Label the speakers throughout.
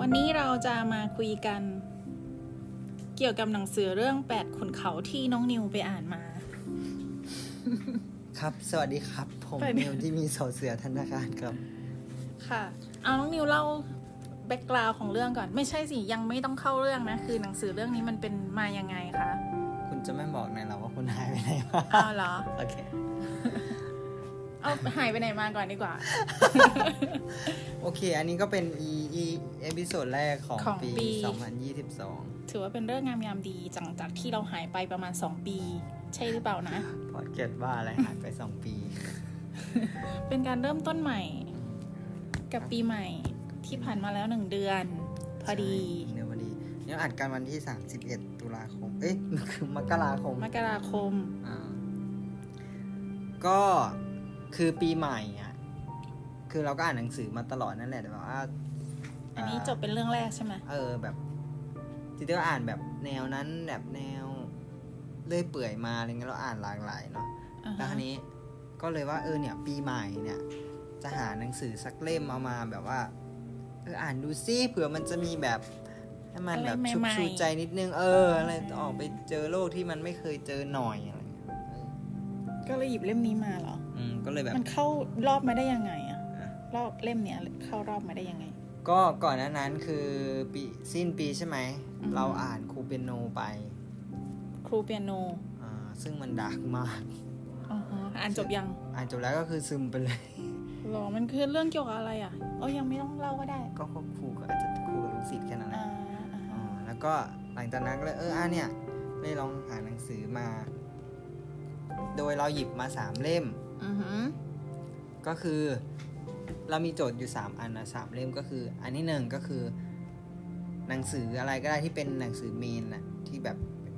Speaker 1: วันนี้เราจะมาคุยกัน เกี่ยวกับหนังสือเรื่องแปดขุนเขาที่น้องนิวไปอ่านมา
Speaker 2: ครับ สวัสดีครับ ผม
Speaker 1: ไปไหน
Speaker 2: นิวที่มีสอเสือธนาคารครับ
Speaker 1: ค่ะ เอาน้องนิวเล่าแบ็กกราวของเรื่องก่อน ไม่ใช่สิ ยังไม่ต้องเข้าเรื่องนะ คือหนังสือเรื่องนี้มันเป็นมายังไงคะ
Speaker 2: คุณจะไม่บอกในอยเหราว่าคุณหายไปไหนมา
Speaker 1: เอาเหรอ
Speaker 2: โอเค
Speaker 1: เอาหายไปไหนมาก่อนดีกว่า
Speaker 2: โอเค อันนี้ก็เป็น e e เอพิโซดแรกของ
Speaker 1: ของ
Speaker 2: ปี
Speaker 1: ปี
Speaker 2: 2022
Speaker 1: ถือว่าเป็นเรื่องงามยามดีจังจากที่เราหายไปประมาณ 2 ปี ใช่หรือเปล่านะ
Speaker 2: พอดเก็ตว่าอะไรหายไป 2 ปี
Speaker 1: เป็นการเริ่มต้นใหม่ กับปีใหม่ที่ผ่านมาแล้วหนึ่งเดือน พอดี
Speaker 2: ใช่เนี่ยพอดีเนี่ยอัดกันวันที่ 31 ตุลาคม เอ๊ะ คือมกราคม
Speaker 1: มกราคม
Speaker 2: อ่าก็คือปีใหม่อ่ะ คือเราก็อ่านหนังสือมาตลอดนั่นแหละแต่ว่า
Speaker 1: อันนี้จบเป็นเรื่องแรกใช่ไหม
Speaker 2: เออแบบที่เราอ่านแบบแนวนั้นแบบแนวเลื่อยเปื่อยมาอะไรเงี้ยเราอ่านหลากหลายเนาะ
Speaker 1: อ่า
Speaker 2: แล้ว
Speaker 1: ฮะ
Speaker 2: ทีนี้ก็เลยว่าเออเนี่ย ปีใหม่เนี่ย จะหาหนังสือสักเล่มเอามาแบบว่าเอออ่านดูซิเผื่อมันจะมีแบบให้มันแบบชุบชูใจนิดนึง เอออะไรออกไปเจอโลกที่มันไม่เคยเจอหน่อยอะไรเงี้ยเออ
Speaker 1: ก็เลยหยิบเล่มนี้มาเหรอ
Speaker 2: อืมก็เลยแบบ
Speaker 1: มันเข้ารอบมาได้ยังไงอะ
Speaker 2: อ่ะ
Speaker 1: รอบเล่มเนี้ยเข้ารอบมาได้ยังไง
Speaker 2: ก็ก่อนหน้านั้นคือปีสิ้นปีใช่ไหม
Speaker 1: อืม
Speaker 2: เราอ่านครูเปียโนไป
Speaker 1: ครูเปียโน
Speaker 2: อ่าซึ่งมันดักมาก
Speaker 1: อ่าฮะอ่านจบยัง
Speaker 2: อ่านจบแล้วก็คือซึมไปเลย
Speaker 1: หรอมันคือเรื่องเกี่ยวกับอะไรอะเอ้ยยังไม่ต้องเล่าก็ได้
Speaker 2: ก็ควบครูก็อาจจะครูกับลูกศิษย์แค่นั้นแห
Speaker 1: อ่า
Speaker 2: ละ
Speaker 1: อ่า
Speaker 2: อ๋อแล้วก็หลังจากนั้นก็เลยเอออ่ะเนี่ยเลยลองหาหนังสือมา โดยเราหยิบมาสามเล่ม
Speaker 1: อือหือ
Speaker 2: ก็คือ เรามีโจทย์อยู่สามอันนะสามเล่มก็คือ อันที่หนึ่งก็คือ หนังสืออะไรก็ได้ที่เป็นหนังสือเมนนะที่แบบ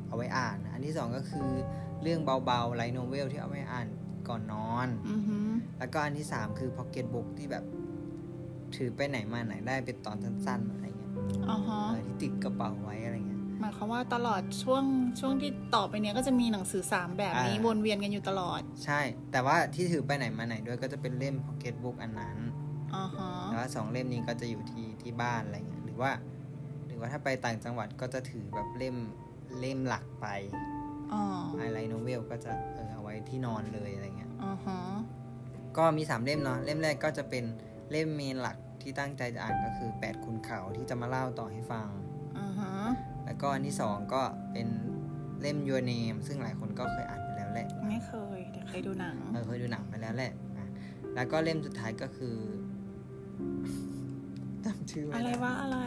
Speaker 2: เอาไว้อ่าน อันที่สองก็คือเรื่องเบาๆไลท์โนเวลที่เอาไว้อ่านก่อนนอน
Speaker 1: อือหือ
Speaker 2: แล้วก็อันที่สามคือ pocket book ที่แบบ ถือไปไหนมาไหนได้เป็นตอนสั้นๆอะไรเงี้ย
Speaker 1: อ๋อฮะ
Speaker 2: เออที่ติดกระเป๋าไว้อะไรเงี้ย
Speaker 1: หมายความว่าตลอดช่วงช่วงที่ต่อไปเนี้ยก็จะมีหนังสือสามแบบนี้
Speaker 2: อ่า
Speaker 1: วนเวียนกันอยู่ตลอด
Speaker 2: ใช่ แต่ว่าที่ถือไปไหนมาไหนด้วยก็จะเป็นเล่ม pocket book อันนั้น
Speaker 1: อ๋อฮะ
Speaker 2: แต่ว่าสองเล่มนี้ก็จะอยู่ที่ที่บ้านอะไรเงี้ยหรือว่า หรือว่าถ้าไปต่างจังหวัดก็จะถือแบบเล่มเล่มหลักไป
Speaker 1: อ๋อ
Speaker 2: อะไรโนเวลก็จะเออเอาไว้ที่นอนเลยอะไรเงี้ย
Speaker 1: อ๋อฮะ
Speaker 2: ก็มี 3 เล่มเนาะเล่มแรกก็จะเป็นเล่มเมนหลักที่ตั้งใจจะอ่านก็คือแปดขุนเขาที่จะมาเล่าต่อให้ฟัง
Speaker 1: อ๋อฮะ
Speaker 2: แล้วก็อันที่สองก็เป็นเล่ม Your Name ซึ่งหลายคนก็เคยอ่านไปแล้วแหละ
Speaker 1: ไม่เคยแต่เคยดูหนัง
Speaker 2: เออเคยดูหนังไปแล้วแหละอ่ะแล้วก็เล่มสุดท้ายก็คือ จำชื่อม่
Speaker 1: อะไร
Speaker 2: ด้
Speaker 1: วะอะไร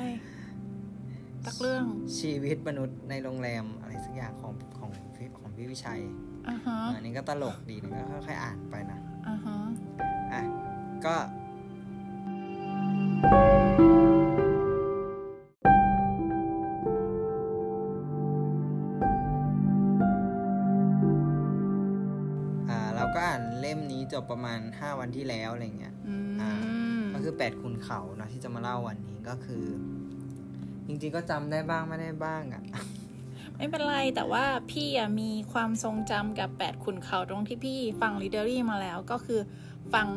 Speaker 1: ตักเรื่อง
Speaker 2: ชีวิตมนุษย์ในโรงแรมอะไรสักอย่างของของพี่ของพี่วิชัย
Speaker 1: อ่าฮะ
Speaker 2: อันนี้ก็ตลกดีนะก็ค่อยๆอ่านไปนะ
Speaker 1: อ่าฮะ
Speaker 2: อ่ะก็อ่าเราก็อ่านเล่มนี้จบประมาณ 5 วันที่แล้วอะไรเงี้ย
Speaker 1: อื
Speaker 2: อ่า
Speaker 1: ม
Speaker 2: ก็คือแปดคุณเขาเนอะที่จะมาเล่าวันนี้ก็คือ จริงๆก็จำได้บ้างไม่ได้บ้างอะ่ะ
Speaker 1: ไม่เป็นไรแต่ว่าพี่อะมีความทรงจำกับแปดขุนเขาตรงที่พี่ฟังลีเดอรี่มาแล้ว ก็คือฟัง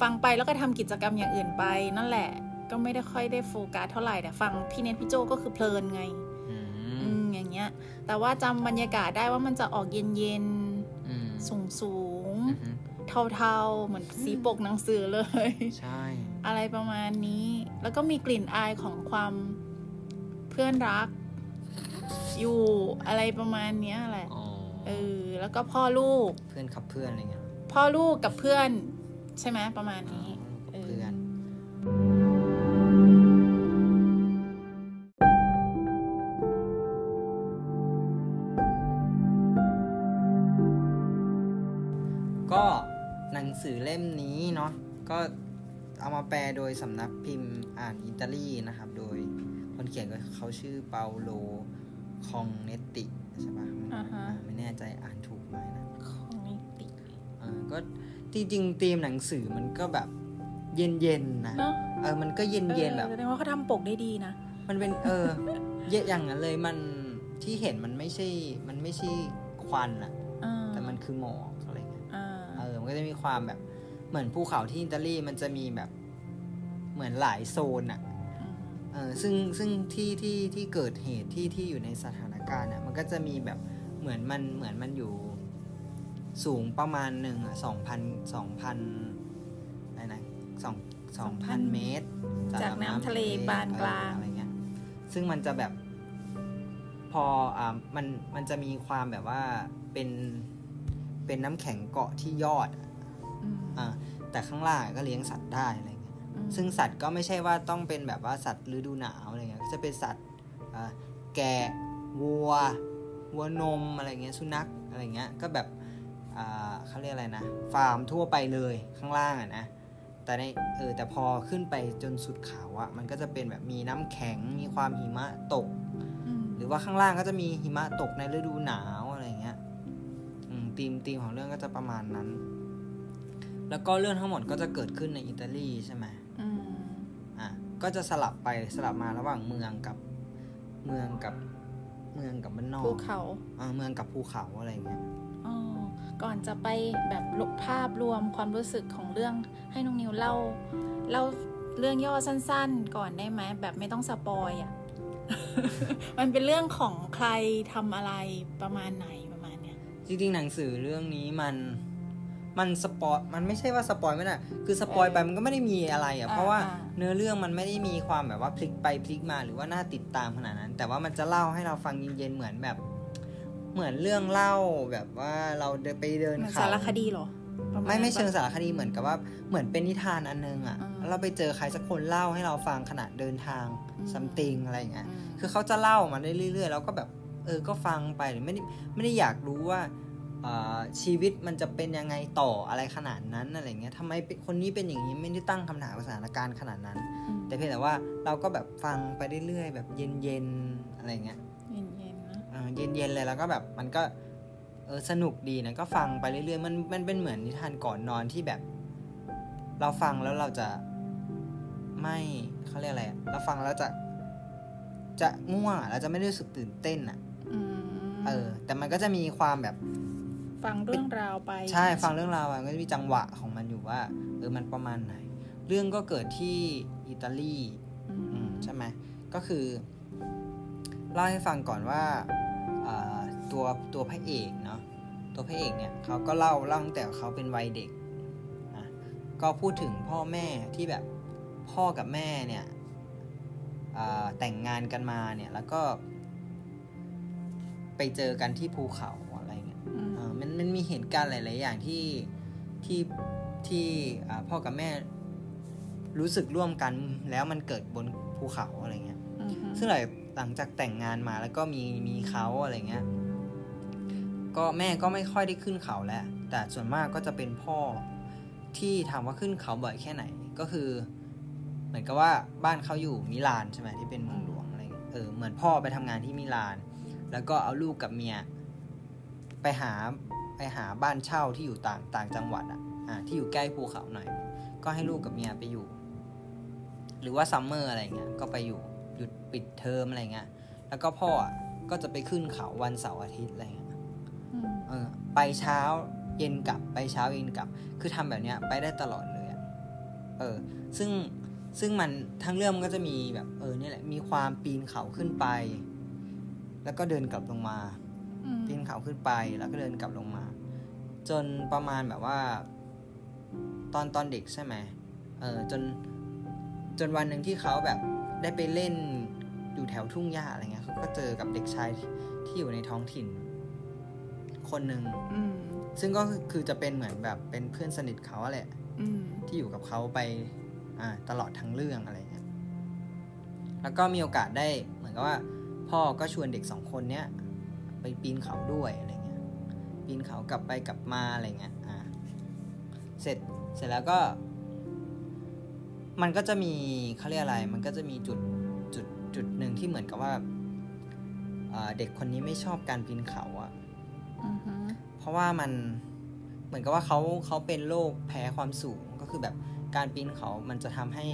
Speaker 1: ฟังไปแล้วก็ทำกิจกรรมอย่างอื่นไป นั่นแหละ ก็ไม่ได้ค่อยได้โฟกัสเท่าไหร่แต่ฟังพี่เน็ตพี่โจก็คือเพลินไง
Speaker 2: อื
Speaker 1: อื
Speaker 2: ม
Speaker 1: มอย่างเงี้ย แต่ว่าจำบรรยากาศได้ว่ามันจะออกเย็น
Speaker 2: อืม
Speaker 1: ๆสูง
Speaker 2: อือฮึ
Speaker 1: ๆเทาๆ เหมือนสีปกหนังสือเลย
Speaker 2: ใช่
Speaker 1: อะไรประมาณนี้ แล้วก็มีกลิ่นอายของความเพื่อนรัก อยู่อะไรประมาณเนี้ยแหละ
Speaker 2: อ๋อ
Speaker 1: เออ แล้วก็พ่อลูก
Speaker 2: เพื่อนขับเพื่อนอะไรเงี้ยเหรอ
Speaker 1: พ่อลูกกับเพื่อน ใช่ไหมประมาณนี้
Speaker 2: อ๋อเพื่อน ก็หนังสือเล่มนี้เนาะก็เอามาแปลโดยสำนักพิมพ์อ่านอิตาลีนะครับ โดยคนเขียนก็เขาชื่อเปาโลคองเนติ ใช่ปะ
Speaker 1: อ่าฮะ
Speaker 2: ไม่แน่ใจอ่านถูกไหมนะ
Speaker 1: ของนิติ
Speaker 2: เออก็จริงๆธีมหนังสือมันก็แบบเย็นๆนะ
Speaker 1: เนาะ
Speaker 2: เออมันก็เย็นๆแบบ
Speaker 1: ออแสดงว่าเขาทำปกได้ดีนะ
Speaker 2: มันเป็นเออ เยอะอย่างนั้นเลยมันที่เห็นมันไม่ใช่ มันไม่ใช่ควันอะ
Speaker 1: อ่า
Speaker 2: แต่มันคือหมอกอะไรเงี้ย
Speaker 1: อ่า
Speaker 2: เออมันก็จะมีความแบบเหมือนภูเขาที่อิตาลีมันจะมีแบบ เหมือนหลายโซนอะ
Speaker 1: อืม
Speaker 2: เ เออซึ่งซึ่งที่ที่ที่เกิดเหตุที่ที่อยู่ในสถานการณ์อ่ะมันก็จะมีแบบเหมือนมันเหมือนมันอยู่สูงประมาณหนึ่งอ่ะสองพันสองพันอะไรนะสองสองพัน
Speaker 1: 2,000
Speaker 2: เมตร
Speaker 1: จากน้ำทะเลปานกลาง
Speaker 2: เอออะไรเงี้ยซึ่งมันจะแบบพออ่ามันมันจะมีความแบบว่าเป็นเป็นน้ำแข็งเกาะที่ยอดอะ
Speaker 1: อืม
Speaker 2: อ่าแต่ข้างล่างก็เลี้ยงสัตว์ได้อะไรเงี้ย
Speaker 1: อืม
Speaker 2: ซึ่งสัตว์ก็ไม่ใช่ว่าต้องเป็นแบบว่าสัตว์ฤดูหนาวอะไรเงี้ย ก็จะเป็นสัตว์เอ่อแกะวัว วัวนมอะไรเงี้ย สุนัขอะไรเงี้ย ก็แบบอ่าเขาเรียกอะไรนะ ฟาร์มทั่วไปเลยข้างล่างอะนะ แต่ในเออแต่พอขึ้นไปจนสุดเขาอะมันก็จะเป็นแบบมีน้ำแข็ง มีความหิมะตก
Speaker 1: อืม
Speaker 2: หรือว่าข้างล่างก็จะมีหิมะตกในฤดูหนาวอะไรเงี้ยอืมธีมธีมของเรื่องก็จะประมาณนั้น แล้วก็เรื่องทั้งหมดก็จะเกิดขึ้นในอิตาลีใช่ไหม
Speaker 1: อืม
Speaker 2: อ่ะก็จะสลับไปสลับมาระหว่างเมืองกับเมืองกับเมืองกับบ้านนอก
Speaker 1: ภูเขา
Speaker 2: อ่ะเมืองกับภูเขาอะไรเงี้ย
Speaker 1: อ๋อก่อนจะไปแบบลบภาพรวมความรู้สึกของเรื่องให้น้องนิวเล่าเล่าเรื่องย่อสั้นๆ ก่อนได้ไหมแบบไม่ต้องสปอยอะ่ะ มันเป็นเรื่องของใครทำอะไรประมาณไหนประมาณเนี้ย
Speaker 2: จริงๆหนังสือเรื่องนี้มันมันสปอยมันไม่ใช่ว่าสปอยไม่ได้คือสปอยไปมันก็ไม่ได้มีอะไรอ่ะเพราะว่า
Speaker 1: อ่
Speaker 2: เนื้อเรื่องมันไม่ได้มีความแบบว่าพลิกไปพลิกมาหรือว่าน่าติดตามขนาดนั้น แต่ว่ามันจะเล่าให้เราฟังเย็นๆเหมือนแบบ เหมือนเรื่องเล่าแบบว่าเราเดินไปเดิน
Speaker 1: เหมือน
Speaker 2: เขา
Speaker 1: สารคดีเหรอประาณ
Speaker 2: ไม่ไม่เชิง
Speaker 1: นั้นปะ
Speaker 2: สารคดีเหมือนกับว่าเหมือนเป็นนิทานอันนึงอะ่ะ
Speaker 1: อ่า
Speaker 2: แล้วเราไปเจอใครสักคนเล่าให้เราฟังขณะเดินทาง
Speaker 1: อืม
Speaker 2: ซัมติงอะไรอย่างเงี้ย
Speaker 1: อืม
Speaker 2: คือเขาจะเล่ามาได้เรื่อยๆ แล้วก็แบบเออก็ฟังไปหรือไม่ได้ไม่ได้อยากรู้ว่าเอ่อชีวิตมันจะเป็นยังไงต่ออะไรขนาดนั้นอะไรเงี้ยทำไมเป็นคนนี้เป็นอย่างนี้ไม่ได้ตั้งคำถามกับสถานการณ์ขนาดนั้น
Speaker 1: ม
Speaker 2: แต่เพียงแต่ว่าเราก็แบบฟังไปเรื่อยๆแบบเย็นๆอะไรเงี้ย
Speaker 1: เย็นๆนะ
Speaker 2: เอ่อเย็นๆเลยแล้วก็แบบมันก็เออสนุกดีนะก็ฟังไปเรื่อยๆมันมันเป็นเหมือนนิทานก่อนนอนที่แบบ เราฟังแล้วเราจะไม่เขาเรียกอะไรอะเราฟังแล้วจะจะง่วงอะเราจะไม่ได้รู้สึกตื่นเต้นอ่ะ
Speaker 1: อืม
Speaker 2: เออ แต่มันก็จะมีความแบบ
Speaker 1: ฟังเรื่องราวไป
Speaker 2: ใช่ฟังเรื่องราวอะมันก็จะมีจังหวะของมันอยู่ว่าเออมันประมาณไหน เรื่องก็เกิดที่อิตาลี
Speaker 1: อื
Speaker 2: อื
Speaker 1: ม
Speaker 2: มใช่ไหมก็คือเล่าให้ฟังก่อนว่าเอ่อตัวตัวพระเอกเนาะตัวพระเอกเนี่ยเขาก็เล่าเล่าตั้งแต่เขาเป็นวัยเด็กนะก็พูดถึงพ่อแม่ที่แบบพ่อกับแม่เนี่ยเอ่อแต่งงานกันมาเนี่ยแล้วก็ ไปเจอกันที่ภูเขาอะไรเงี้ย
Speaker 1: อืม
Speaker 2: เออมันมันมีเหตุการณ์หลาย ๆ อย่างที่ที่ที่อ่าพ่อกับแม่รู้สึกร่วมกันแล้วมันเกิดบนภูเขาอะไรเงี้ย
Speaker 1: อืม
Speaker 2: ซึ่งหลังหลังจากแต่งงานมาแล้วก็มีมีเขาอะไรเงี้ย ก็แม่ก็ไม่ค่อยได้ขึ้นเขาแล้ว แต่ส่วนมากก็จะเป็นพ่อที่ถามว่าขึ้นเขาบ่อยแค่ไหน ก็คือ เหมือนกับว่าบ้านเขาอยู่มิลานใช่ไหมที่เป็นเมืองหลวงอะไรเงี้ยเออเหมือนพ่อไปทำงานที่มิลาน แล้วก็เอาลูกกับเมีย ไปหาไปหาบ้านเช่าที่อยู่ต่างต่างจังหวัดอะอ่ะที่อยู่ใกล้ภูเขาหน่อย ก็ให้ลูกกับเมียไปอยู่ หรือว่าซัมเมอร์อะไรเงี้ยก็ไปอยู่หยุดปิดเทอมอะไรเงี้ยแล้วก็พ่ออะก็จะไปขึ้นเขาวันเสาร์อาทิตย์อะไรเงี้ย
Speaker 1: อืม
Speaker 2: เออไปเช้าเย็นกลับไปเช้าเย็นกลับ คือทำแบบเนี้ยไปได้ตลอดเลยอะเออซึ่งซึ่งมันทั้งเรื่องมันก็จะมีแบบเออเนี่ยแหละมีความปีนเขาขึ้นไป แล้วก็เดินกลับลงมา
Speaker 1: อืม
Speaker 2: ปีนเขาขึ้นไปแล้วก็เดินกลับลงมา จนประมาณแบบว่า ตอนตอนเด็กใช่ไหมเออจนจนวันหนึ่งที่เขาแบบได้ไปเล่นอยู่แถวทุ่งหญ้าอะไรเงี้ยเขาก็เจอกับเด็กชายที่ที่อยู่ในท้องถิ่น คนหนึ่ง
Speaker 1: อืม
Speaker 2: ซึ่งก็คือจะเป็นเหมือนแบบเป็นเพื่อนสนิทเขาอะแหละ
Speaker 1: อืม
Speaker 2: ที่อยู่กับเขาไปอ่าตลอดทั้งเรื่องอะไรเงี้ย แล้วก็มีโอกาสได้เหมือนกับว่า พ่อก็ชวนเด็กสองคนเนี้ยไปปีนเขาด้วยอะไรเงี้ย ปีนเขากลับไปกลับมาอะไรเงี้ย อ่า เสร็จเสร็จแล้วก็ มันก็จะมีเขาเรียกอะไร มันก็จะมีจุดจุดจุดหนึ่งที่เหมือนกับว่าอ่าเด็กคนนี้ไม่ชอบการปีนเขาอะ
Speaker 1: อืมอืม
Speaker 2: เพราะว่ามันเหมือนกับว่าเขาเขาเป็นโรคแพ้ความสูงก็คือแบบการปีนเขา มันจะทำให้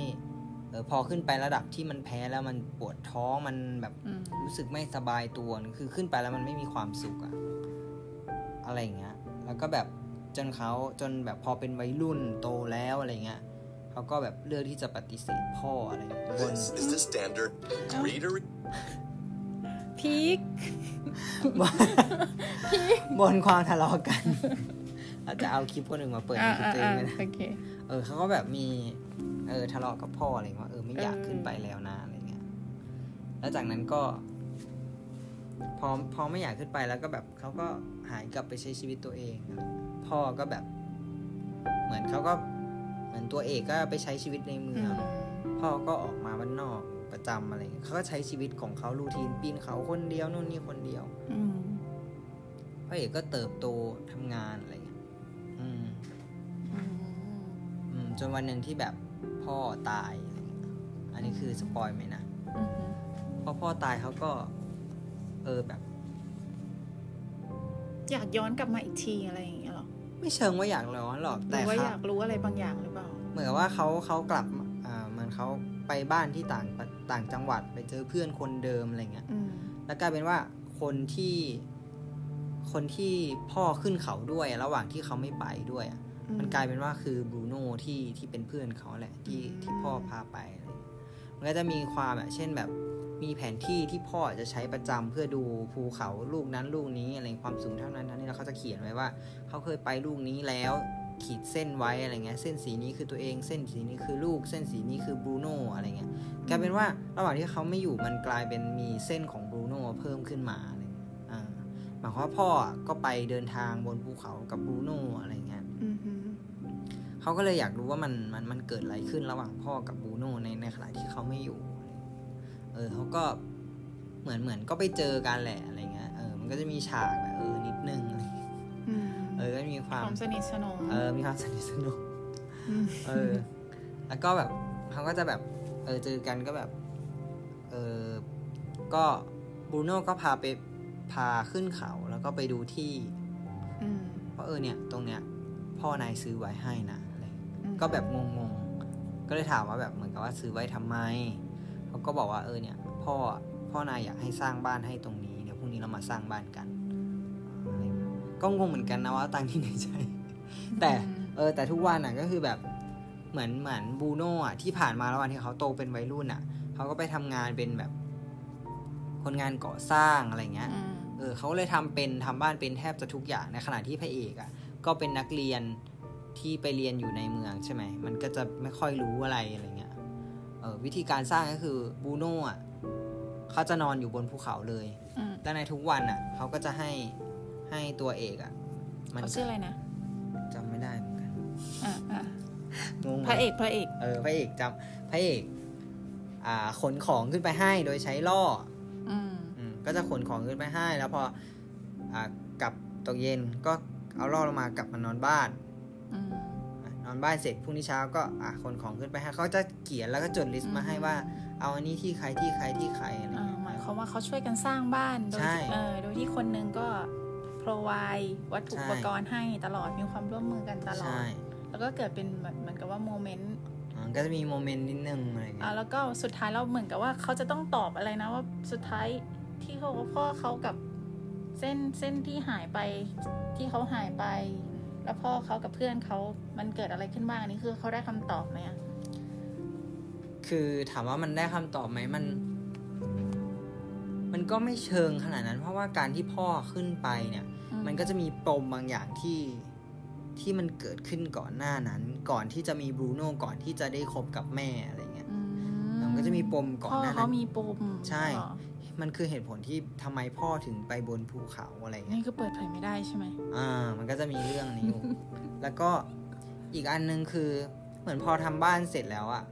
Speaker 2: เออพอขึ้นไประดับที่มันแพ้แล้วมันปวดท้องมันแบบ
Speaker 1: อืม
Speaker 2: รู้สึกไม่สบายตัวคือขึ้นไปแล้วมันไม่มีความสุขอะอะไรอย่างเงี้ย แล้วก็แบบจนเขาจนแบบพอเป็นวัยรุ่นโตแล้วอะไรเงี้ย เขาก็แบบเลือกที่จะปฏิเสธพ่ออะไรอย่างเงี้ยบ น
Speaker 3: This is the standard reader.
Speaker 1: พีค
Speaker 2: บนบนความทะเลาะกัน เราจะเอาคลิปคนอื่นมาเปิดใน
Speaker 1: อ่า
Speaker 2: คลิป
Speaker 1: อ่า
Speaker 2: ตัวเอ
Speaker 1: อ่าง
Speaker 2: ไม่ได้
Speaker 1: โอเค
Speaker 2: เออเขาก็แบบมีเออทะเลาะกับพ่ออะไรเงี้ยว่าเออไม่อยากขึ้นไปแล้วนะอะไรเงี้ย แล้วจากนั้นก็พอพอไม่อยากขึ้นไปแล้วก็แบบเขาก็หายกลับไปใช้ชีวิตตัวเองอะไรพ่อก็แบบ เหมือนเขาก็เหมือนตัวเอกก็ไปใช้ชีวิตในเมือง พ่อก็ออกมาบ้านนอกประจำอะไรเงี้ยเขาก็ใช้ชีวิตของเขารูทีนปีนเขาคนเดียวนู่นนี่คนเดียว
Speaker 1: อืม
Speaker 2: พระเอกก็เติบโตทำงานอะไรเงี้ยอืม
Speaker 1: อืม
Speaker 2: อืมจนวันหนึ่งที่แบบพ่อตายอะไรเงี้ยอันนี้คือสปอยไหมนะ
Speaker 1: อืม
Speaker 2: พอพ่อตายเขาก็ เออแบบ
Speaker 1: อยากย้อนกลับมาอีกทีอะไรอย่างเงี้ยหรอ
Speaker 2: ไม่เชิงว่าอยากร้อนหรอก
Speaker 1: ห
Speaker 2: แต่
Speaker 1: รือว่าอ
Speaker 2: ครั
Speaker 1: ยา
Speaker 2: บ
Speaker 1: กรู้อะไรบางอย่างหรือเปล่า
Speaker 2: เหมือนกับว่าเขาเขากลับมาอ่าเหมือนเขาไปบ้านที่ต่างประต่างจังหวัดไปเจอเพื่อนคนเดิมอะไรเงี้ย
Speaker 1: อืม
Speaker 2: แล้วกลายเป็นว่าคนที่คนที่พ่อขึ้นเขาด้วยระหว่างที่เขาไม่ไปด้วยอะ มันกลายเป็นว่าคือบรูโน่ที่ที่เป็นเพื่อนเขาแหละที่ที่พ่อพาไปอะไรอย่างเงี้ยมันก็จะมีความแบบเช่นแบบมีแผนที่ที่พ่อจะใช้ประจำเพื่อดูภูเขาลูกนั้นลูกนี้อะไรความสูงเท่านั้นเท่านี้แล้วเขาจะเขียนไว้ว่า เขาเคยไปลูกนี้แล้วขีดเส้นไว้อะไรเงี้ยเส้นสีนี้คือตัวเองเส้นสีนี้คือลูกเส้นสีนี้คือบรูโน่อะไรเงี้ยกลายเป็นว่าระหว่างที่เขาไม่อยู่มันกลายเป็นมีเส้นของบรูโน่เพิ่มขึ้นมาอะไรเงี้ยอ่าหมายความว่าพ่ออะก็ไปเดินทางบนภูเขากับบรูโน่อะไรเงี้ย
Speaker 1: อืมฮึ
Speaker 2: เขาก็เลยอยากรู้ว่ามันมันมันเกิดอะไรขึ้นระหว่างพ่อกับบรูโน่ในในขณะที่เขาไม่อยู่ เออเขาก็เหมือนเหมือนก็ไปเจอกันแหละอะไรเงี้ย เออมันก็จะมีฉากแบบเออนิดนึงอะไรเงี้ย
Speaker 1: อืม
Speaker 2: เออก็มีความ
Speaker 1: ความสนิทสนม
Speaker 2: เออมีความสนิทสนม
Speaker 1: อืม
Speaker 2: เออ แล้วก็แบบเขาก็จะแบบ เออเจอกันก็แบบ เออก็บรูโน่ก็พาไปพาขึ้นเขาแล้วก็ไปดูที่
Speaker 1: ม
Speaker 2: ว่าเออเนี่ย ตรงเนี้ย พ่อนายซื้อไว้ให้นะอะไรเงี้ย
Speaker 1: อืม
Speaker 2: ก็แบบงงๆ ก็เลยถามว่าแบบเหมือนกับว่าซื้อไว้ทำไม เขาก็บอกว่าเออเนี่ย พ่อพ่อนายอยากให้สร้างบ้านให้ตรงนี้เดี๋ยวพรุ่งนี้เรามาสร้างบ้านกันอะไรอย่างเงี้ยก็งงเหมือนกันนะว่าเอาตังค์ที่ไหนใช้ แต่เออแต่ทุกวันน่ะก็คือแบบเหมือนเหมือนบูโน่อะที่ผ่านมาแล้ววันที่เขาโตเป็นวัยรุ่นอ่ะ เขาก็ไปทำงานเป็นแบบ คนงานก่อสร้างอะไรอย่างเงี้ย
Speaker 1: อืม
Speaker 2: เออเขาเลยทำเป็นทำบ้านเป็นแทบจะทุกอย่างในขณะที่พระเอกอะ่ะ ก็เป็นนักเรียนที่ไปเรียนอยู่ในเมืองใช่ไหมมันก็จะไม่ค่อยรู้อะไรอะไรเงี้ยเออวิธีการสร้างก็คือบูโน่อ่ะเขาจะนอนอยู่บนภูเขาเลย
Speaker 1: อืม
Speaker 2: แล้วในทุกวันอ่ะเขาก็จะให้ให้ตัวเอกอ่ะ มัน
Speaker 1: เขาชื่ออะไรนะ
Speaker 2: จำไม่ได้เหมือนกัน
Speaker 1: อ่ะอ่ะ
Speaker 2: งงไหม
Speaker 1: พระเอกพระเอก
Speaker 2: เออพระเอกจำพระเอกอ่าขนของขึ้นไปให้โดยใช้ล่อ
Speaker 1: อืม
Speaker 2: อืมก็จะขนของขึ้นไปให้ แล้วพออากลับตกเย็นก็เอาล่อลงมากลับมานอนบ้าน
Speaker 1: อืม
Speaker 2: อ่ะนอนบ้านเสร็จพรุ่งนี้เช้าก็อ่ะขนของขึ้นไปให้เขาจะเขียนแล้วก็จดลิสต์มาให้ว่า เอาอันนี้ที่ใครที่ใครที่ใครอะไร
Speaker 1: อ่า
Speaker 2: เงี้ย
Speaker 1: หมายความว่าเขาช่วยกันสร้างบ้านโดย
Speaker 2: ใช่
Speaker 1: ที่เออโดยที่คนหนึงก็ provide วัตถุ
Speaker 2: ใช่
Speaker 1: อุปกรณ์ให้ตลอดมีความร่วมมือกันตลอด
Speaker 2: ใช่
Speaker 1: แล้วก็เกิดเป็นแบบเหมือนกับว่าโมเมนต์
Speaker 2: อ่ะก็จะมีโมเมนต์นิดนึงอะไร
Speaker 1: อ่า
Speaker 2: เงี้ย
Speaker 1: แล้วก็สุดท้ายเราเหมือนกับว่าเขาจะต้องตอบอะไรนะว่าสุดท้ายที่เขาบอกว่าพ่อเขากับเส้นเส้นที่หายไปที่เขาหายไป แล้วพ่อเขากับเพื่อนเขามันเกิดอะไรขึ้นบ้างอันนี้คือเขาได้คำตอบไหมอะ
Speaker 2: คือถามว่ามันได้คำตอบไหมมัน มันก็ไม่เชิงขนาดนั้น เพราะว่าการที่พ่อขึ้นไปเนี่ย
Speaker 1: อื
Speaker 2: มันก็จะมีปมบางอย่างที่ที่มันเกิดขึ้นก่อนหน้านั้น ก่อนที่จะมีบรูโน่ก่อนที่จะได้คบกับแม่อะไรเงี้ย
Speaker 1: อื
Speaker 2: มันก็จะมีปมก่อน
Speaker 1: พ่อ
Speaker 2: หน้า
Speaker 1: เขา
Speaker 2: นั้น
Speaker 1: มีปม
Speaker 2: ใช่
Speaker 1: เหรอ
Speaker 2: มันคือเหตุผลที่ทำไมพ่อถึงไปบนภูเขาอะไรเงี้
Speaker 1: นี่
Speaker 2: ย
Speaker 1: คือเปิดเผยไม่ได้ใช่ไหม
Speaker 2: อ่า มันก็จะมีเรื่องนี้ อยู่ แล้วก็อีกอันหนึงคือเหมือนพอทำบ้านเสร็จแล้วอะ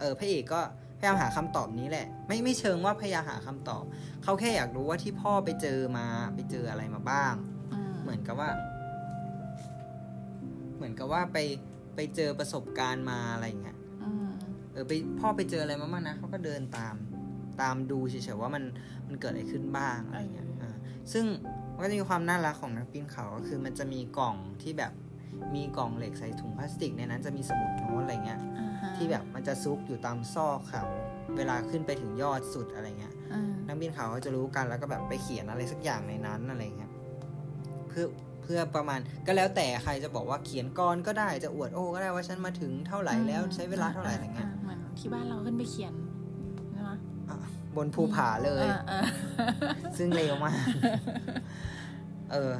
Speaker 2: เออพระเอกก็พยายามหาคำตอบนี้แหละ ไม่ไม่เชิงว่าพยายามหาคำตอบ เขาแค่อยากรู้ว่าที่พ่อไปเจอมาไปเจออะไรมาบ้าง เหมือนกับว่า เหมือนกับว่าไปไปเจอประสบการณ์มาอะไรอย่างเงี้ย
Speaker 1: อืม
Speaker 2: เออไปพ่อไปเจออะไรมาบ้างนะเขาก็เดินตามตามดูเฉยๆว่ามันมันเกิดอะไรขึ้นบ้างอะไรอย่างเงี้ยอ่าซึ่งมันก็จะมีความน่ารักของนักปีนเขาก็คือมันจะมีกล่องที่แบบมีกล่องเหล็กใส่ถุงพลาสติกในนั้นจะมีสมุดโน้ตอะไรเงี้ย
Speaker 1: อ่าฮะ
Speaker 2: ที่แบบมันจะซุกอยู่ตามซอกเขาเวลาขึ้นไปถึงยอดสุดอะไรเงี้ย
Speaker 1: อืม
Speaker 2: นักบินเขาก็จะรู้กันแล้วก็แบบไปเขียนอะไรสักอย่างในนั้นอะไรเงี้ยเพื่อ พื่อประมาณก็แล้วแต่ใครจะบอกว่าเขียนกรก็ได้จะอวดโอ้ก็ได้ว่าฉันมาถึงเท่าไหร่แล้วใช้เวลาเท่าไหร่อะไรเงี้ย
Speaker 1: าเหมือนที่บ้านเราขึ้นไปเขียนใช่ไหม
Speaker 2: อ่ะบนภูผาเลย
Speaker 1: อ่าอ่า
Speaker 2: ซึ่งเร็วมาก เออ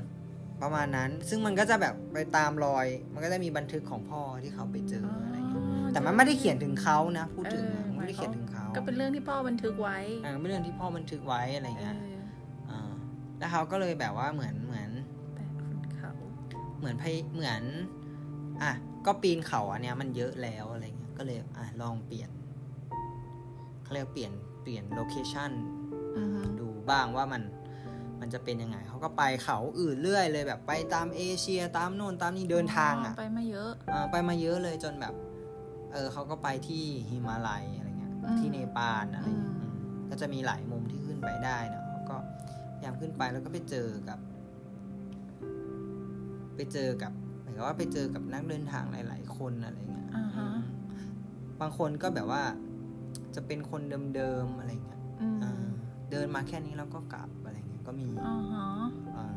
Speaker 2: ประมาณนั้น ซึ่งมันก็จะแบบไปตามรอย มันก็จะมีบันทึกของพ่อที่เขาไปเจออะไรเงี้ย แต่มันไม่ได้เขียนถึงเขานะ พูดถึงอะมันไม่ได้เขียนถึงเขา
Speaker 1: ก็เป็นเรื่องที่พ่อบันทึกไว้
Speaker 2: อ่าเป็นเรื่องที่พ่อบันทึกไว้อะไรเงี้ย
Speaker 1: เออ
Speaker 2: อ่าแล้วเขาก็เลยแบบว่าเหมือนเหมือน
Speaker 1: แปดคนเขา
Speaker 2: เหมือนพยเหมือน อ่ะ ก็ปีนเขาอันเนี้ยมันเยอะแล้วอะไรเงี้ย ก็เลยอ่ะลองเปลี่ยนเขาเรียกเปลี่ยนเปลี่ยนโลเคชัน
Speaker 1: อือฮึ
Speaker 2: ดูบ้างว่ามันมันจะเป็นยังไง เขาก็ไปเขาอื่นเรื่อยเลยแบบไปตามเอเชียตามโน่นตามนี่เดินทางอ่ะ
Speaker 1: ไปมาเยอะ
Speaker 2: เออไปมาเยอะเลยจนแบบ เออเขาก็ไปที่ฮิมาลัยอะไรเงี้ย
Speaker 1: อืม
Speaker 2: ที่เนปาลอะไรเงี้ย
Speaker 1: อืม
Speaker 2: อืมก็จะมีหลายมุมที่ขึ้นไปได้นะเขาก็พยายามขึ้นไปแล้วก็ไปเจอกับ ไปเจอกับหมายความว่าไปเจอกับนักเดินทางหลาย ๆ คนอะไรเงี้ย
Speaker 1: อ่าฮะ
Speaker 2: อืมบางคนก็แบบว่าจะเป็นคนเดิมๆอะไรเงี้ย
Speaker 1: อืม
Speaker 2: อ่าเดินมาแค่นี้แล้วก็กลับอะไรเงี้ยก็มี
Speaker 1: อ่าฮะ
Speaker 2: อ่า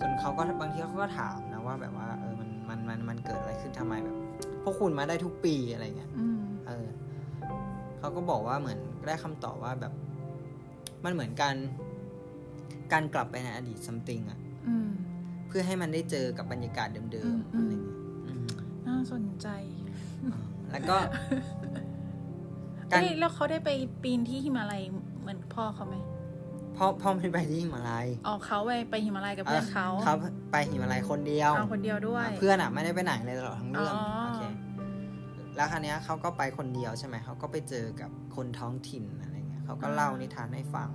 Speaker 2: จนเขาก็บางทีเขาก็ถามนะว่าแบบว่าเออมันมันมันมันเกิดอะไรขึ้นทำไมแบบ พวกคุณมาได้ทุกปีอะไรเงี้ย
Speaker 1: อืม
Speaker 2: เออเขาก็บอกว่าเหมือนได้คำตอบว่าแบบ มันเหมือนการการกลับไปในอดีตซัมติงอะ
Speaker 1: อืม
Speaker 2: เพื่อให้มันได้เจอกับบรรยากาศเดิมๆ
Speaker 1: อืมอืม
Speaker 2: อะไรเงี้ยอืม
Speaker 1: น่าสนใจ
Speaker 2: อ่าแล้ว ก็การ
Speaker 1: เอ้ยแล้วเขาได้ไปปีนที่ฮิมาลัยเหมือนพ่อเขาไหม
Speaker 2: พ่อพ่อไม่ไปที่หิมาลัย
Speaker 1: อ๋อเขาไปไปฮิมาลัยกับเพื่อนเขา
Speaker 2: เขาไปหิมาลัยคนเดียว
Speaker 1: เอาคนเดียวด้วย
Speaker 2: อ่ะเพื่อนอ่ะไม่ได้ไปไหนเลยตลอดทั้งเรื่อง
Speaker 1: อ๋อ
Speaker 2: โอเคแล้วครั้นี้ยเขาก็ไปคนเดียวใช่ไหมเขาก็ไปเจอกับคนท้องถิ่นอะไรเงี้ยเขาก็เล่านิทานให้ฟัง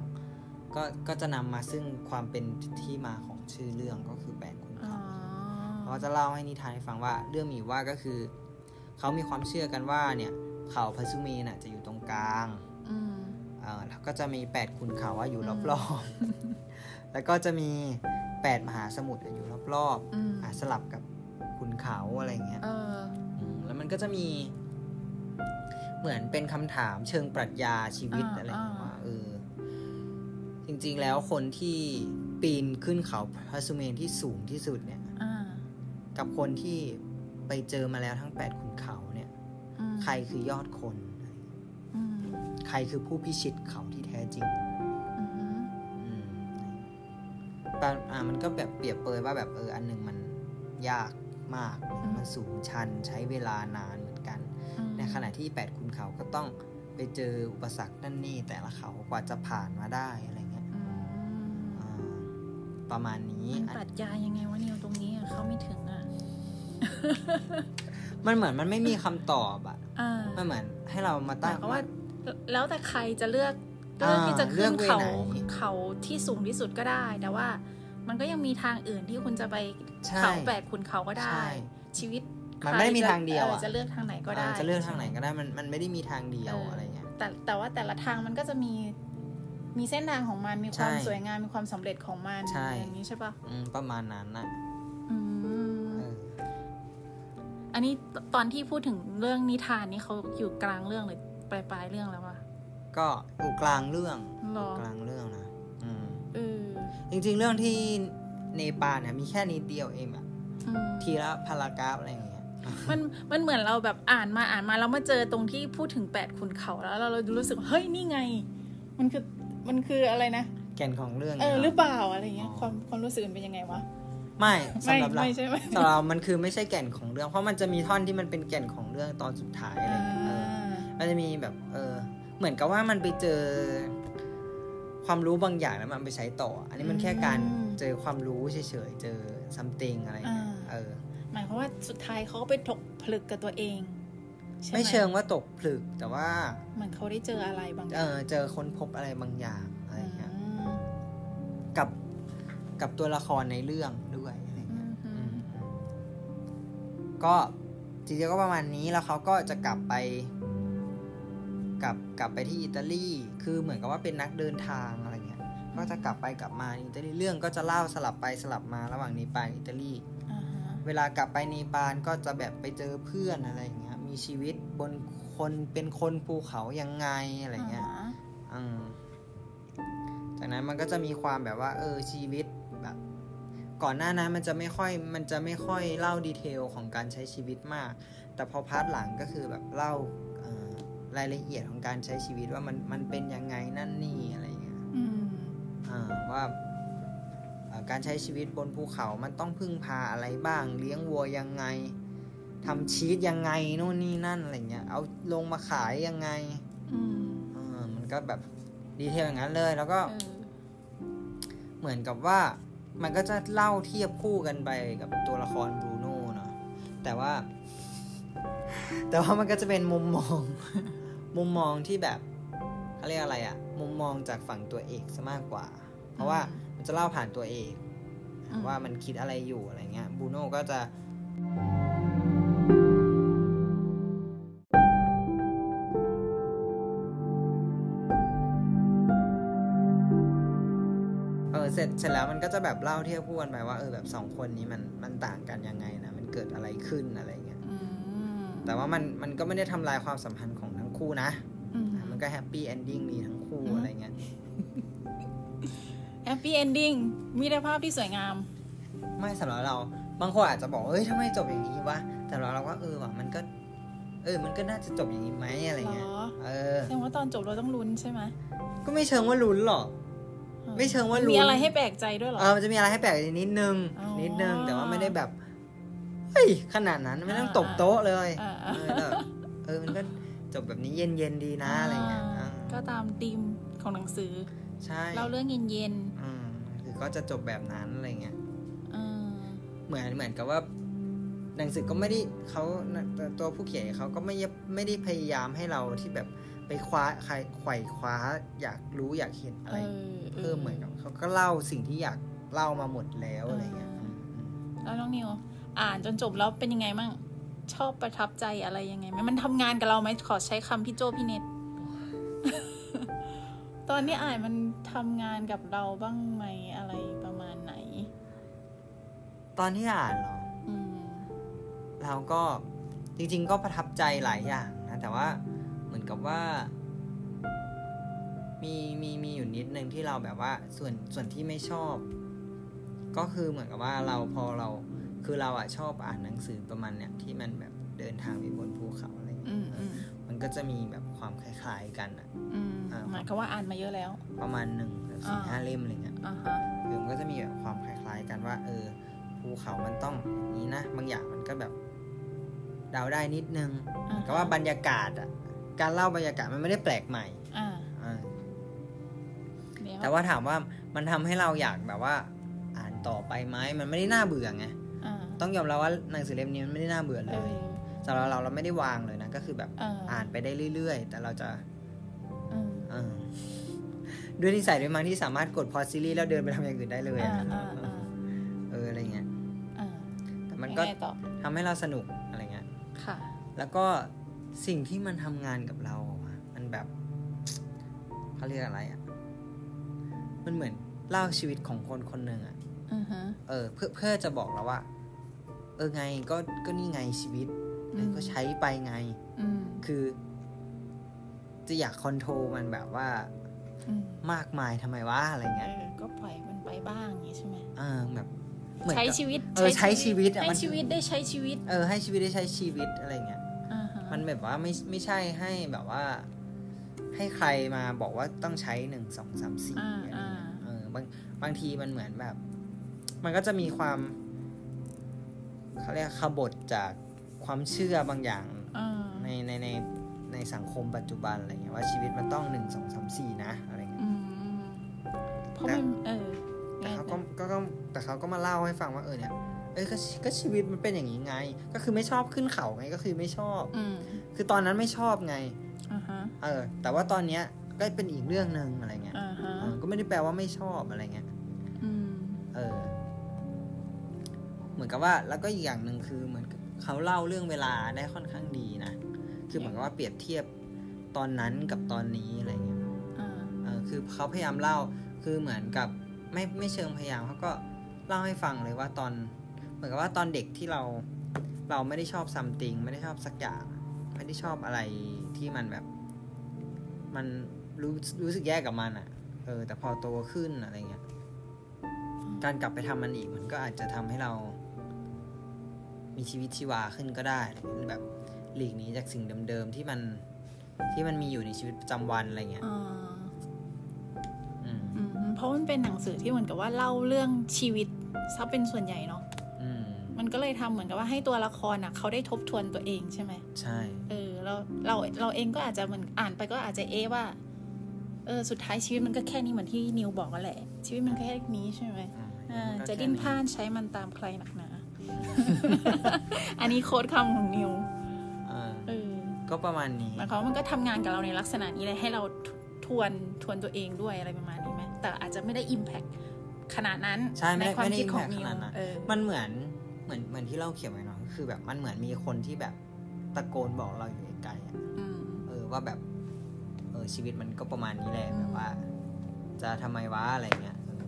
Speaker 2: ก็ก็จะนำมาซึ่งความเป็นที่มาของชื่อเรื่องก็คือแปดคน
Speaker 1: อ๋อ
Speaker 2: เขาเขาจะเล่าให้นิทานให้ฟังว่า เรื่องมีอยู่ว่าก็คือ เขามีความเชื่อกันว่าเนี่ยเขาพัสุเมนอ่ะจะอยู่ตรงกลาง
Speaker 1: อืม
Speaker 2: เอ่อแล้วก็จะมี 8 ขุนเขาอะอยู่
Speaker 1: อืม
Speaker 2: รอบๆ แล้วก็จะมี 8 มหาสมุทรอะอยู่รอบ
Speaker 1: อืม
Speaker 2: ๆอ่ะสลับกับขุนเขาอะไรอย่างเงี้ย
Speaker 1: เออ
Speaker 2: มแล้วมันก็จะมีเหมือนเป็นคำถามเชิงปรัชญาชีวิต
Speaker 1: อ่า
Speaker 2: อะไรอย่างเงี้ย
Speaker 1: อ่า
Speaker 2: ว่าเออจริงๆแล้วคนที่ปีนขึ้นเขาพระสุเมนที่สูงที่สุดเนี่ย
Speaker 1: อ่า
Speaker 2: กับคนที่ไปเจอมาแล้วทั้ง 8 ขุนเขาเนี่ย
Speaker 1: อืม
Speaker 2: ใครคือยอดคน
Speaker 1: อืม
Speaker 2: ใครคือผู้พิชิตเขาที่แท้จริง
Speaker 1: อืม
Speaker 2: อืมแต่อ่ามันก็แบบเปรียบเปรยว่าแบบเอออันหนึ่งมันยากมาก มันสูงชันใช้เวลานานเหมือนกัน
Speaker 1: อืม
Speaker 2: ในขณะที่แปดขุนเขาก็ต้องไปเจออุปสรรคนั่นนี่แต่ละเขากว่าจะผ่านมาได้อะไรเงี้ย
Speaker 1: อืม
Speaker 2: อ่าประมาณนี้
Speaker 1: มัน
Speaker 2: อัน
Speaker 1: ปรัดยายังไงวะนิวตรงนี้อะเขาไม่ถึงอ่ะ
Speaker 2: มันเหมือนมันไม่มีคำตอบอะ
Speaker 1: อ่า
Speaker 2: มันเหมือนให้เรามา
Speaker 1: หมา
Speaker 2: ตั้
Speaker 1: ย
Speaker 2: ง
Speaker 1: ความว่าแล้วแต่ใครจะเลือกเลือ
Speaker 2: อ่า
Speaker 1: กที่จะขึ้น
Speaker 2: เลือกเว
Speaker 1: เขา
Speaker 2: ไหน
Speaker 1: เขาที่สูงที่สุดก็ได้ แต่ว่ามันก็ยังมีทางอื่นที่คุณจะไป
Speaker 2: ใช่
Speaker 1: เขาแปดขุนเขาก็ได้
Speaker 2: ใช่
Speaker 1: ชีวิต
Speaker 2: มันไม่ได้มี
Speaker 1: ใครจะ
Speaker 2: ทางเดียว
Speaker 1: อ
Speaker 2: อะ
Speaker 1: อจะเลือกทางไหนก็ได้
Speaker 2: อ่าจะเลือกทางไหนก็ได้มันมันไม่ได้มีทางเดียว
Speaker 1: เอออ
Speaker 2: อะไรเงี้ย
Speaker 1: แต่แต่ว่าแต่ละทางมันก็จะมีมีเส้นทางของมันมีความ
Speaker 2: ใช่
Speaker 1: สวยงามมีความสำเร็จของมัน
Speaker 2: ใช่
Speaker 1: อย่างนี้ใช่ปะ
Speaker 2: อืมประมาณนั้นนะ
Speaker 1: อื
Speaker 2: เอ
Speaker 1: ม
Speaker 2: อ
Speaker 1: อันนี้ตตอนที่พูดถึงเรื่องนิทานนี่เขาอยู่กลางเรื่องหรือปลายปลายๆเรื่องแล้ววะ
Speaker 2: ก็อยู่กลางเรื่อง
Speaker 1: หรอ
Speaker 2: กลางเรื่องนะอืม
Speaker 1: เออ
Speaker 2: จริงๆ เรื่องที่เนปาลเนี่ยมีแค่นิดเดียวเองอะ
Speaker 1: อืม
Speaker 2: ทีละพารากราฟอะไรอย่างเงี้ย
Speaker 1: มันมันเหมือนเราแบบอ่านมาอ่านมาแล้วมาเจอตรงที่พูดถึงแปดขุนเขาแล้ว เราเรารู้สึกเฮ้ยนี่ไง มันคือมันคืออะไรนะ
Speaker 2: แก่นของเรื่อง
Speaker 1: เอ
Speaker 2: นี่ย
Speaker 1: อ
Speaker 2: นะ
Speaker 1: หรือเปล่าอะไรเงี้ย
Speaker 2: อ๋อ
Speaker 1: ความความรู้สึกมันเป็นยังไงวะ
Speaker 2: ไม่
Speaker 1: ไม่
Speaker 2: สำหรับเรา
Speaker 1: ไม่ใช่ไหม
Speaker 2: สำหรับเรามันคือไม่ใช่แก่นของเรื่อง เพราะมันจะมีท่อนที่มันเป็นแก่นของเรื่องตอนสุดท้ายอะไรอย่างเงี้ยเออมันจะมีแบบ เออ เหมือนกับว่ามันไปเจอ ความรู้บางอย่างแล้วมันเอาไปใช้ต่อ อันนี้มันแค่การ
Speaker 1: อืม
Speaker 2: เจอความรู้เฉยๆเจอ something อะไรอย่างเงี้ย
Speaker 1: อ่า
Speaker 2: เออ
Speaker 1: หมายความว่าสุดท้ายเขาก็ไปถกผลึกกับตัวเองใช่ห
Speaker 2: ไม่เชิงว่าตกผลึกแต่ว่า
Speaker 1: เหมือนเขาได้เจออะไรบางอ
Speaker 2: เอย่าง อเจอค้นพบอะไรบางอย่างอะไรอย่างเงี้ย
Speaker 1: อืม
Speaker 2: กับกับตัวละครในเรื่องด้วยอะไรอย่าง
Speaker 1: อื
Speaker 2: เงี้ย
Speaker 1: มอืม
Speaker 2: อืมก็จริงๆก็ประมาณนี้แล้วเขาก็จะกลับไป กลับกลับไปที่อิตาลี คือเหมือนกับว่าเป็นนักเดินทางอะไรเงี้ย ก็จะกลับไปกลับมาอิตาลีเรื่องก็จะเล่าสลับไปสลับมาระหว่างเนปาลอิตาลี
Speaker 1: อ่าฮะ
Speaker 2: เวลากลับไปเนปาลก็จะแบบไปเจอเพื่อนอะไรอย่างเงี้ย มีชีวิตบนคนเป็นคนภูเขายังไงอะไรเงี้ย
Speaker 1: าฮะ
Speaker 2: อืมจากนั้นมันก็จะมีความแบบว่า เออชีวิตแบบ ก่อนหน้านั้นมันจะไม่ค่อยมันจะไม่ค่อยเล่าดีเทลของการใช้ชีวิตมาก แต่พอพาร์ทหลังก็คือแบบเล่าเอ่อรายละเอียดของการใช้ชีวิตว่ามันมันเป็นยังไงนั่นนี่อะไรอย่างเงี้ย
Speaker 1: อืม
Speaker 2: อ่าว่าเอ่อการใช้ชีวิตบนภูเขามันต้องพึ่งพาอะไรบ้าง เลี้ยงวัวยังไงทำชีสยังไงโน่นนี่นั่นอะไรเงี้ยเอาลงมาขายยังไง
Speaker 1: อืม
Speaker 2: อ่ามันก็แบบดีเทลอย่างนั้นเลย แล้วก็
Speaker 1: เออ
Speaker 2: เหมือนกับว่ามันก็จะเล่าเทียบคู่กันไปกับตัวละครบรูโน่เนาะแต่ว่า แต่ว่ามันก็จะเป็นมุมมอง มุมมองที่แบบเขาเรียกอะไรอะมุมมองจากฝั่งตัวเอกซะมากกว่า เพราะว่า มันจะเล่าผ่านตัวเอง
Speaker 1: อืม
Speaker 2: ว่ามันคิดอะไรอยู่อะไรเงี้ยบูโน่ก็จะ เออเสร็จเสร็จแล้วมันก็จะแบบเล่าเทียบคู่กันไปว่าเออแบบสองคนนี้มันมันต่างกันยังไงนะ มันเกิดอะไรขึ้นอะไรเงี้ย
Speaker 1: อืม
Speaker 2: แต่ว่ามันมันก็ไม่ได้ทำลายความสัมพันธ์ของทั้งคู่นะ
Speaker 1: อืม
Speaker 2: อ่ะมันก็แฮปปี้เอนดิ้งมีทั้งคู่
Speaker 1: อืม
Speaker 2: อะไรเงี้ย
Speaker 1: แฮปปี้เอนดิ้งมิตรภาพที่สวยงาม
Speaker 2: ไม่สำหรับเราบางคนอาจจะบอกเอ้ยทำไมจบอย่างนี้วะแต่เราเราว่าเออว่ะมันก็ เออ มันก็น่าจะจบอย่างนี้ไหมอะไรเงี้ย
Speaker 1: หรอ
Speaker 2: เออ
Speaker 1: แสดงว่าตอนจบเราต้องลุ้นใช่ไหม
Speaker 2: ก็ไม่เชิงว่าลุ้นหรอก
Speaker 1: ออ
Speaker 2: ไม่เชิงว่าลุ้น
Speaker 1: มีอะไรให้แปลกใจด้วยเหรอ
Speaker 2: เออมันจะมีอะไรให้แปลกอีกนิดนึง
Speaker 1: อ๋อ
Speaker 2: นิดนึงแต่ว่าไม่ได้แบบเฮ้ยขนาดนั้นไม่ต้องตบโต๊ะเลย
Speaker 1: อ่า
Speaker 2: เออแล้วเออมันก็จบแบบนี้เย็นๆดีนะอะไรเงี้ยอ่า
Speaker 1: ก็ตามธีมของหนังสือ
Speaker 2: ใช่
Speaker 1: เราเรื่องเย็น
Speaker 2: อืมคือก็จะจบแบบนั้นอะไรเงี้ย
Speaker 1: ๆเออ
Speaker 2: เหมือนเหมือนกับว่าหนังสือก็ไม่ได้เขาตัวผู้เขียนเขาก็ไม่ไม่ได้พยายามให้เราที่แบบไปคว้าใครไขว่คว้าอยากรู้อยากเห็นอะ
Speaker 1: เอ
Speaker 2: ไร
Speaker 1: อ
Speaker 2: เพิ่มเหมือนกับเขาก็เล่าสิ่งที่อยากเล่ามาหมดแล้วอะไรเงี้ย
Speaker 1: อ่า
Speaker 2: อืมอืม
Speaker 1: แล้วน้องนิวอ่านจนจบแล้วเป็นยังไงมั่งชอบประทับใจอะไรยังไงไหมมันทำงานกับเราไหมขอใช้คำพี่โจพี่เน็ต ตอนนี้อ่านมันทำงานกับเราบ้างไหมอะไรประมาณไหน
Speaker 2: ตอนที่อ่านเหรอ
Speaker 1: อืม
Speaker 2: เราก็จริง ๆ ก็ประทับใจหลายอย่างนะแต่ว่าเหมือนกับว่า มีมีมีอยู่นิดนึงที่เราแบบว่าส่วนส่วนที่ไม่ชอบ ก็คือเหมือนกับว่าเราพอเราคือเราอะชอบอ่านหนังสือประมาณเนี้ยที่มันแบบเดินทางไปบนภูเขาอะไร
Speaker 1: อื
Speaker 2: เงี้ย
Speaker 1: มอืม
Speaker 2: มันก็จะมีแบบความคล้ายๆกันอะ
Speaker 1: อืม
Speaker 2: อ่า
Speaker 1: หมายความว่าอ่านมาเยอะแล้ว
Speaker 2: ประมาณหนึ่งแบบสี่
Speaker 1: อ่า
Speaker 2: ห้าเล่มอะไรเงี้ย
Speaker 1: อ่าฮะ
Speaker 2: คือมันก็จะมีแบบความคล้ายๆกันว่า เออภูเขามันต้องอย่างนี้นะบางอย่างมันก็แบบเดาได้นิดนึง
Speaker 1: อ่า
Speaker 2: ก็ว่าบรรยากาศอะการเล่าบรรยากาศมันไม่ได้แปลกใหม่
Speaker 1: อ่า
Speaker 2: อ่า
Speaker 1: เดี๋ยว
Speaker 2: แต่ว่าถามว่ามันทำให้เราอยากแบบว่า อ่านต่อไปไหมมันไม่ได้น่าเบื่อไง
Speaker 1: อ่า
Speaker 2: ต้องยอมรับว่าหนังสือเล่มนี้มันไม่ได้น่าเบื่อเล
Speaker 1: เอย อ
Speaker 2: สำหรับเราเราไม่ได้วางเลยนะก็คือแบบ
Speaker 1: เออ
Speaker 2: อ่านไปได้เรื่อย ๆ แต่เราจะ
Speaker 1: เออ
Speaker 2: เออ ด้วยนิสัยด้วยมั้งที่สามารถกดพอซีรีส์แล้วเดินไปทำอย่างอื่นได้เลยอะ
Speaker 1: อ่าอ่าอ่า
Speaker 2: เอออะไรเงี้ย
Speaker 1: อ่า
Speaker 2: แต่มั
Speaker 1: มัน น
Speaker 2: ก็
Speaker 1: ก็ต่อ
Speaker 2: ทำให้เราสนุกอะไรเงี้ย
Speaker 1: ค่ะ
Speaker 2: แล้วก็สิ่งที่มันทำงานกับเราอะมันแบบเขาเรียกอะไรอ่ะมันเหมือนเล่าชีวิตของคนคนหนึ่งอ่ะ
Speaker 1: อือฮะ
Speaker 2: เออเพื่อเพื่อจะบอกเราว่า เออไงก็ก็นี่ไงชีวิต
Speaker 1: อืม
Speaker 2: เออก็ใช้ไปไง
Speaker 1: อืม
Speaker 2: คือ จะอยากคอนโทรลมันแบบว่า
Speaker 1: อืม
Speaker 2: มากมายทำไมวะอะไร
Speaker 1: เอ
Speaker 2: เงี้ย
Speaker 1: อก็ปล่อยมันไปบ้างอย่างนี้ใช่ไหม
Speaker 2: เออแบบเหมือน
Speaker 1: ใช้
Speaker 2: กับ
Speaker 1: ชีวิต
Speaker 2: เออใช้ชีวิตอะ
Speaker 1: ให้
Speaker 2: มัน
Speaker 1: ชีวิตได้ใช้ชีวิต
Speaker 2: เออให้ชีวิตได้ใช้ชีวิตอะไรเงี้ย
Speaker 1: อ่าฮะ
Speaker 2: มันแบบว่าไม่ไม่ใช่ให้แบบว่า ให้ใครมาบอกว่าต้องใช้หนึ่งสองสามสี่
Speaker 1: อ่า
Speaker 2: อะไรเงี้
Speaker 1: อ่าย
Speaker 2: เออบางบางทีมันเหมือนแบบ มันก็จะมีความเขาเรียกขบฏจากความเชื่อบางอย่าง
Speaker 1: อ่า
Speaker 2: ในในในในสังคมปัจจุบันอะไรเงี้ยว่าชีวิตมันต้องหนึ่งสองสามสี่นะอะไรเงี้ย
Speaker 1: อืมอืมเพราะมันเออ
Speaker 2: แต่เขา
Speaker 1: ไง
Speaker 2: ก็ก็ก็แต่เขาก็มาเล่าให้ฟังว่าเออเนี่ยเอ้ยก็ก็ชีวิตมันเป็นอย่างนี้ไง ก็คือไม่ชอบขึ้นเขาไงก็คือไม่ชอบ
Speaker 1: อืม
Speaker 2: คือตอนนั้นไม่ชอบไง
Speaker 1: อ่าฮะ
Speaker 2: เออ แต่ว่าตอนเนี้ยก็เป็นอีกเรื่องหนึ่งอะไรเงี้ย
Speaker 1: อ่าฮะ
Speaker 2: เออก็ไม่ได้แปลว่าไม่ชอบอะไรเงี้ย
Speaker 1: อืม
Speaker 2: เออ เหมือนกับว่าแล้วก็อีกอย่างหนึ่งคือเหมือนกับเขาเล่าเรื่องเวลาได้ค่อนข้างดีนะคือเหมือนกับว่าเปรียบเทียบตอนนั้นกับตอนนี้อะไรเงี้ย
Speaker 1: อ่า
Speaker 2: เออคือเขาพยายามเล่าคือเหมือนกับไม่ไม่เชิงพยายามเขาก็เล่าให้ฟังเลยว่าตอน เหมือนกับว่าตอนเด็กที่เรา เราไม่ได้ชอบซัมติงไม่ได้ชอบสักอย่างไม่ได้ชอบอะไรที่มันแบบ มันรู้รู้สึกแย่กับมันอะ่ะ เออ แต่พอโตขึ้นอะไรเงี้ย
Speaker 1: อ๋อ
Speaker 2: การกลับไปทำมันอีกมันก็อาจจะทำให้เรา มีชีวิตชีวาขึ้นก็ได้อะไรเงี้ยแบบหลีกหนีจากสิ่งเดิมๆที่มันที่มันมีอยู่ในชีวิตประจำวันอะไรเงี้ย
Speaker 1: อ่า
Speaker 2: อืม
Speaker 1: อืมเพราะมันเป็นหนังสือที่เหมือนกับว่าเล่าเรื่องชีวิตซะเป็นส่วนใหญ่เนาะ
Speaker 2: อืม
Speaker 1: มันก็เลยทำเหมือนกับว่าให้ตัวละครอ่ะเขาได้ทบทวนตัวเองใช่ไหม
Speaker 2: ใช่
Speaker 1: เออเราเราเราเองก็อาจจะเหมือนอ่านไปก็อาจจะเอะว่า เออสุดท้ายชีวิตมันก็แค่นี้เหมือนที่นิวบอกกันแหละ ชีวิตมันแค่นี้ใช่ไหม
Speaker 2: อืม
Speaker 1: อ่า
Speaker 2: ก็
Speaker 1: จะ
Speaker 2: แค่
Speaker 1: ดิ้นพลานใช้มันตามใครหนักหนา อันนี้โค้ดคำของนิว
Speaker 2: อ่า
Speaker 1: เออ
Speaker 2: ก็ประมาณนี้
Speaker 1: หมายความว่ามันก็ทำงานกับเราในลักษณะนี้เลยให้เราททวนทวนตัวเองด้วยอะไรประมาณนี้ไหมแต่อาจจะไม่ได้อิมแพคขนาดนั้น
Speaker 2: ใช่ไม่ได้
Speaker 1: ความ
Speaker 2: ไม่ได้
Speaker 1: คิดของ
Speaker 2: impact
Speaker 1: นิ
Speaker 2: ข
Speaker 1: ว
Speaker 2: นาดนั้น
Speaker 1: เออ
Speaker 2: มันเหมือนเหมือนเหมือนที่เราเขียนไว้เนาะคือแบบมันเหมือนมีคนที่แบบตะโกนบอกเราอยู่ไกลๆอะ
Speaker 1: อืม
Speaker 2: เออว่าแบบ เออชีวิตมันก็ประมาณนี้แหละ
Speaker 1: อืม
Speaker 2: แบบว่า จะทำไมวะอะไรเงี้ยเออ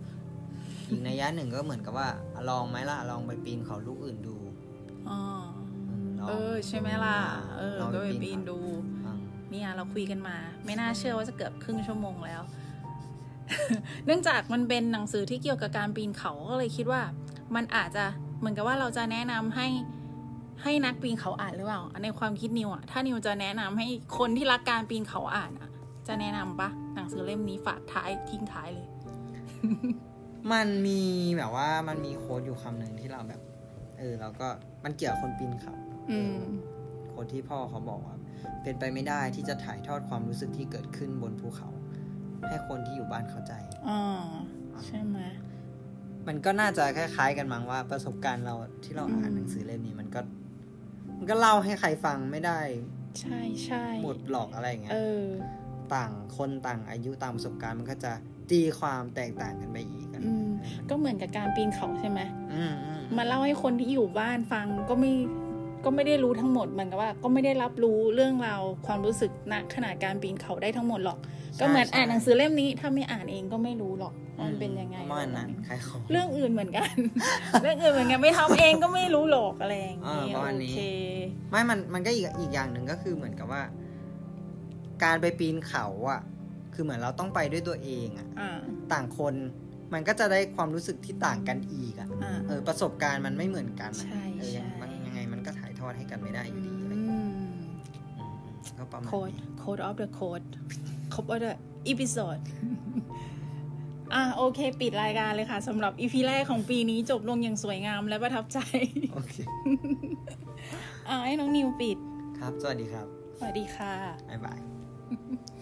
Speaker 2: อีกนัยยะหนึ่งก็เหมือนกับว่าอ่ะลองไหมล่ะลองไปปีนเขาลูกอื่นดู
Speaker 1: อ๋อ
Speaker 2: ลง
Speaker 1: เออใช่ไหมล่ะเออ
Speaker 2: ลง
Speaker 1: ก็ไปปีนดู
Speaker 2: อ่ะ
Speaker 1: เนี่ยเราคุยกันมา ไม่น่าเชื่อว่าจะเกือบครึ่งชั่วโมงแล้ว เนื่องจากมันเป็นหนังสือที่เกี่ยวกับการปีนเขาก็เลยคิดว่า มันอาจจะเหมือนกับว่าเราจะแนะนำให้ให้นักปีนเขาอ่านหรือเปล่าในความคิดนิวอะถ้านิวจะแนะนำให้คนที่รักการปีนเขาอ่านอะจะแนะนำปะหนังสือเล่มนี้ฝากท้ายทิ้งท้ายเลย
Speaker 2: มันมีแบบว่ามันมีโค้ดอยู่คำหนึ่งที่เราแบบ เออเราก็มันเกี่ยวกับคนปีนเขา
Speaker 1: อืม
Speaker 2: โค้ดที่พ่อเขาบอกว่า เป็นไปไม่ได้ที่จะถ่ายทอดความรู้สึกที่เกิดขึ้นบนภูเขา ให้คนที่อยู่บ้านเข้าใจ
Speaker 1: อ๋อ ใช่ไหม
Speaker 2: มันก็น่าจะคล้ายๆกันมั้งว่าประสบการณ์เราที่เราอ่าน
Speaker 1: อืม
Speaker 2: หนังสือเล่มนี้มันก็ มันก็เล่าให้ใครฟังไม่ได้
Speaker 1: ใช่ใช่
Speaker 2: หมดหลอกอะไรอย่างเงี้ย
Speaker 1: เออ
Speaker 2: ต่างคนต่างอายุต่างประสบการณ์มันก็จะตีความแตกต่างกันไปอีกอะ
Speaker 1: อืม ก็เหมือนกับการปีนเขาใช่ไหม
Speaker 2: อืมอืม
Speaker 1: มาเล่าให้คนที่อยู่บ้านฟังก็ไม่ก็ไม่ได้รู้ทั้งหมดเหมือนกับว่า ก็ไม่ได้รับรู้เรื่องราวความรู้สึกณขณะการปีนเขาได้ทั้งหมดหรอก ก็เหมือนอ่านหนังสือเล่มนี้ ถ้าไม่อ่านเองก็ไม่รู้หรอกว่ามันเป็นยังไง
Speaker 2: ประมาณนั้นคล้ายของ
Speaker 1: เรื่องอื่นเหมือนกัน เรื่องอื่นเหมือนกันไม่ทำเองก็ไม่รู้หรอกอะไรอย่างนี้
Speaker 2: เออประมาณ
Speaker 1: โอ
Speaker 2: นี้
Speaker 1: เค
Speaker 2: ไม่มันมันก็อีกอีกอย่างหนึ่งก็คือเหมือนกับว่า การไปปีนเขาอ่ะ คือเหมือนเราต้องไปด้วยตัวเองอ่ะ
Speaker 1: อ่า
Speaker 2: ต่างคนมันก็จะได้ความรู้สึกที่ต่างกันอีกอ่ะ
Speaker 1: อ่า
Speaker 2: เออประสบการณ์มันไม่เหมือนกันอะ
Speaker 1: ใช่
Speaker 2: เออยัง
Speaker 1: ใช่
Speaker 2: มันยังไงมันก็ถ่ายทอดให้กันไม่ได้อยู่ดีอะไร
Speaker 1: อื
Speaker 2: เงี้ย
Speaker 1: ม
Speaker 2: อืมก็ประมาณ
Speaker 1: โค้ด
Speaker 2: นี้
Speaker 1: โค้ดออฟเดอะโค้ดครบออฟเดอะอีพิโซด อ่ะโอเค ปิดรายการเลยค่ะสำหรับอีพีแรกของปีนี้จบลงอย่างสวยงามและประทับใจ
Speaker 2: โอเค
Speaker 1: อ่ะให้น้องนิวปิด
Speaker 2: ครับ สวัสดีครับ
Speaker 1: สวัสดีค่ะ
Speaker 2: บ๊ายบาย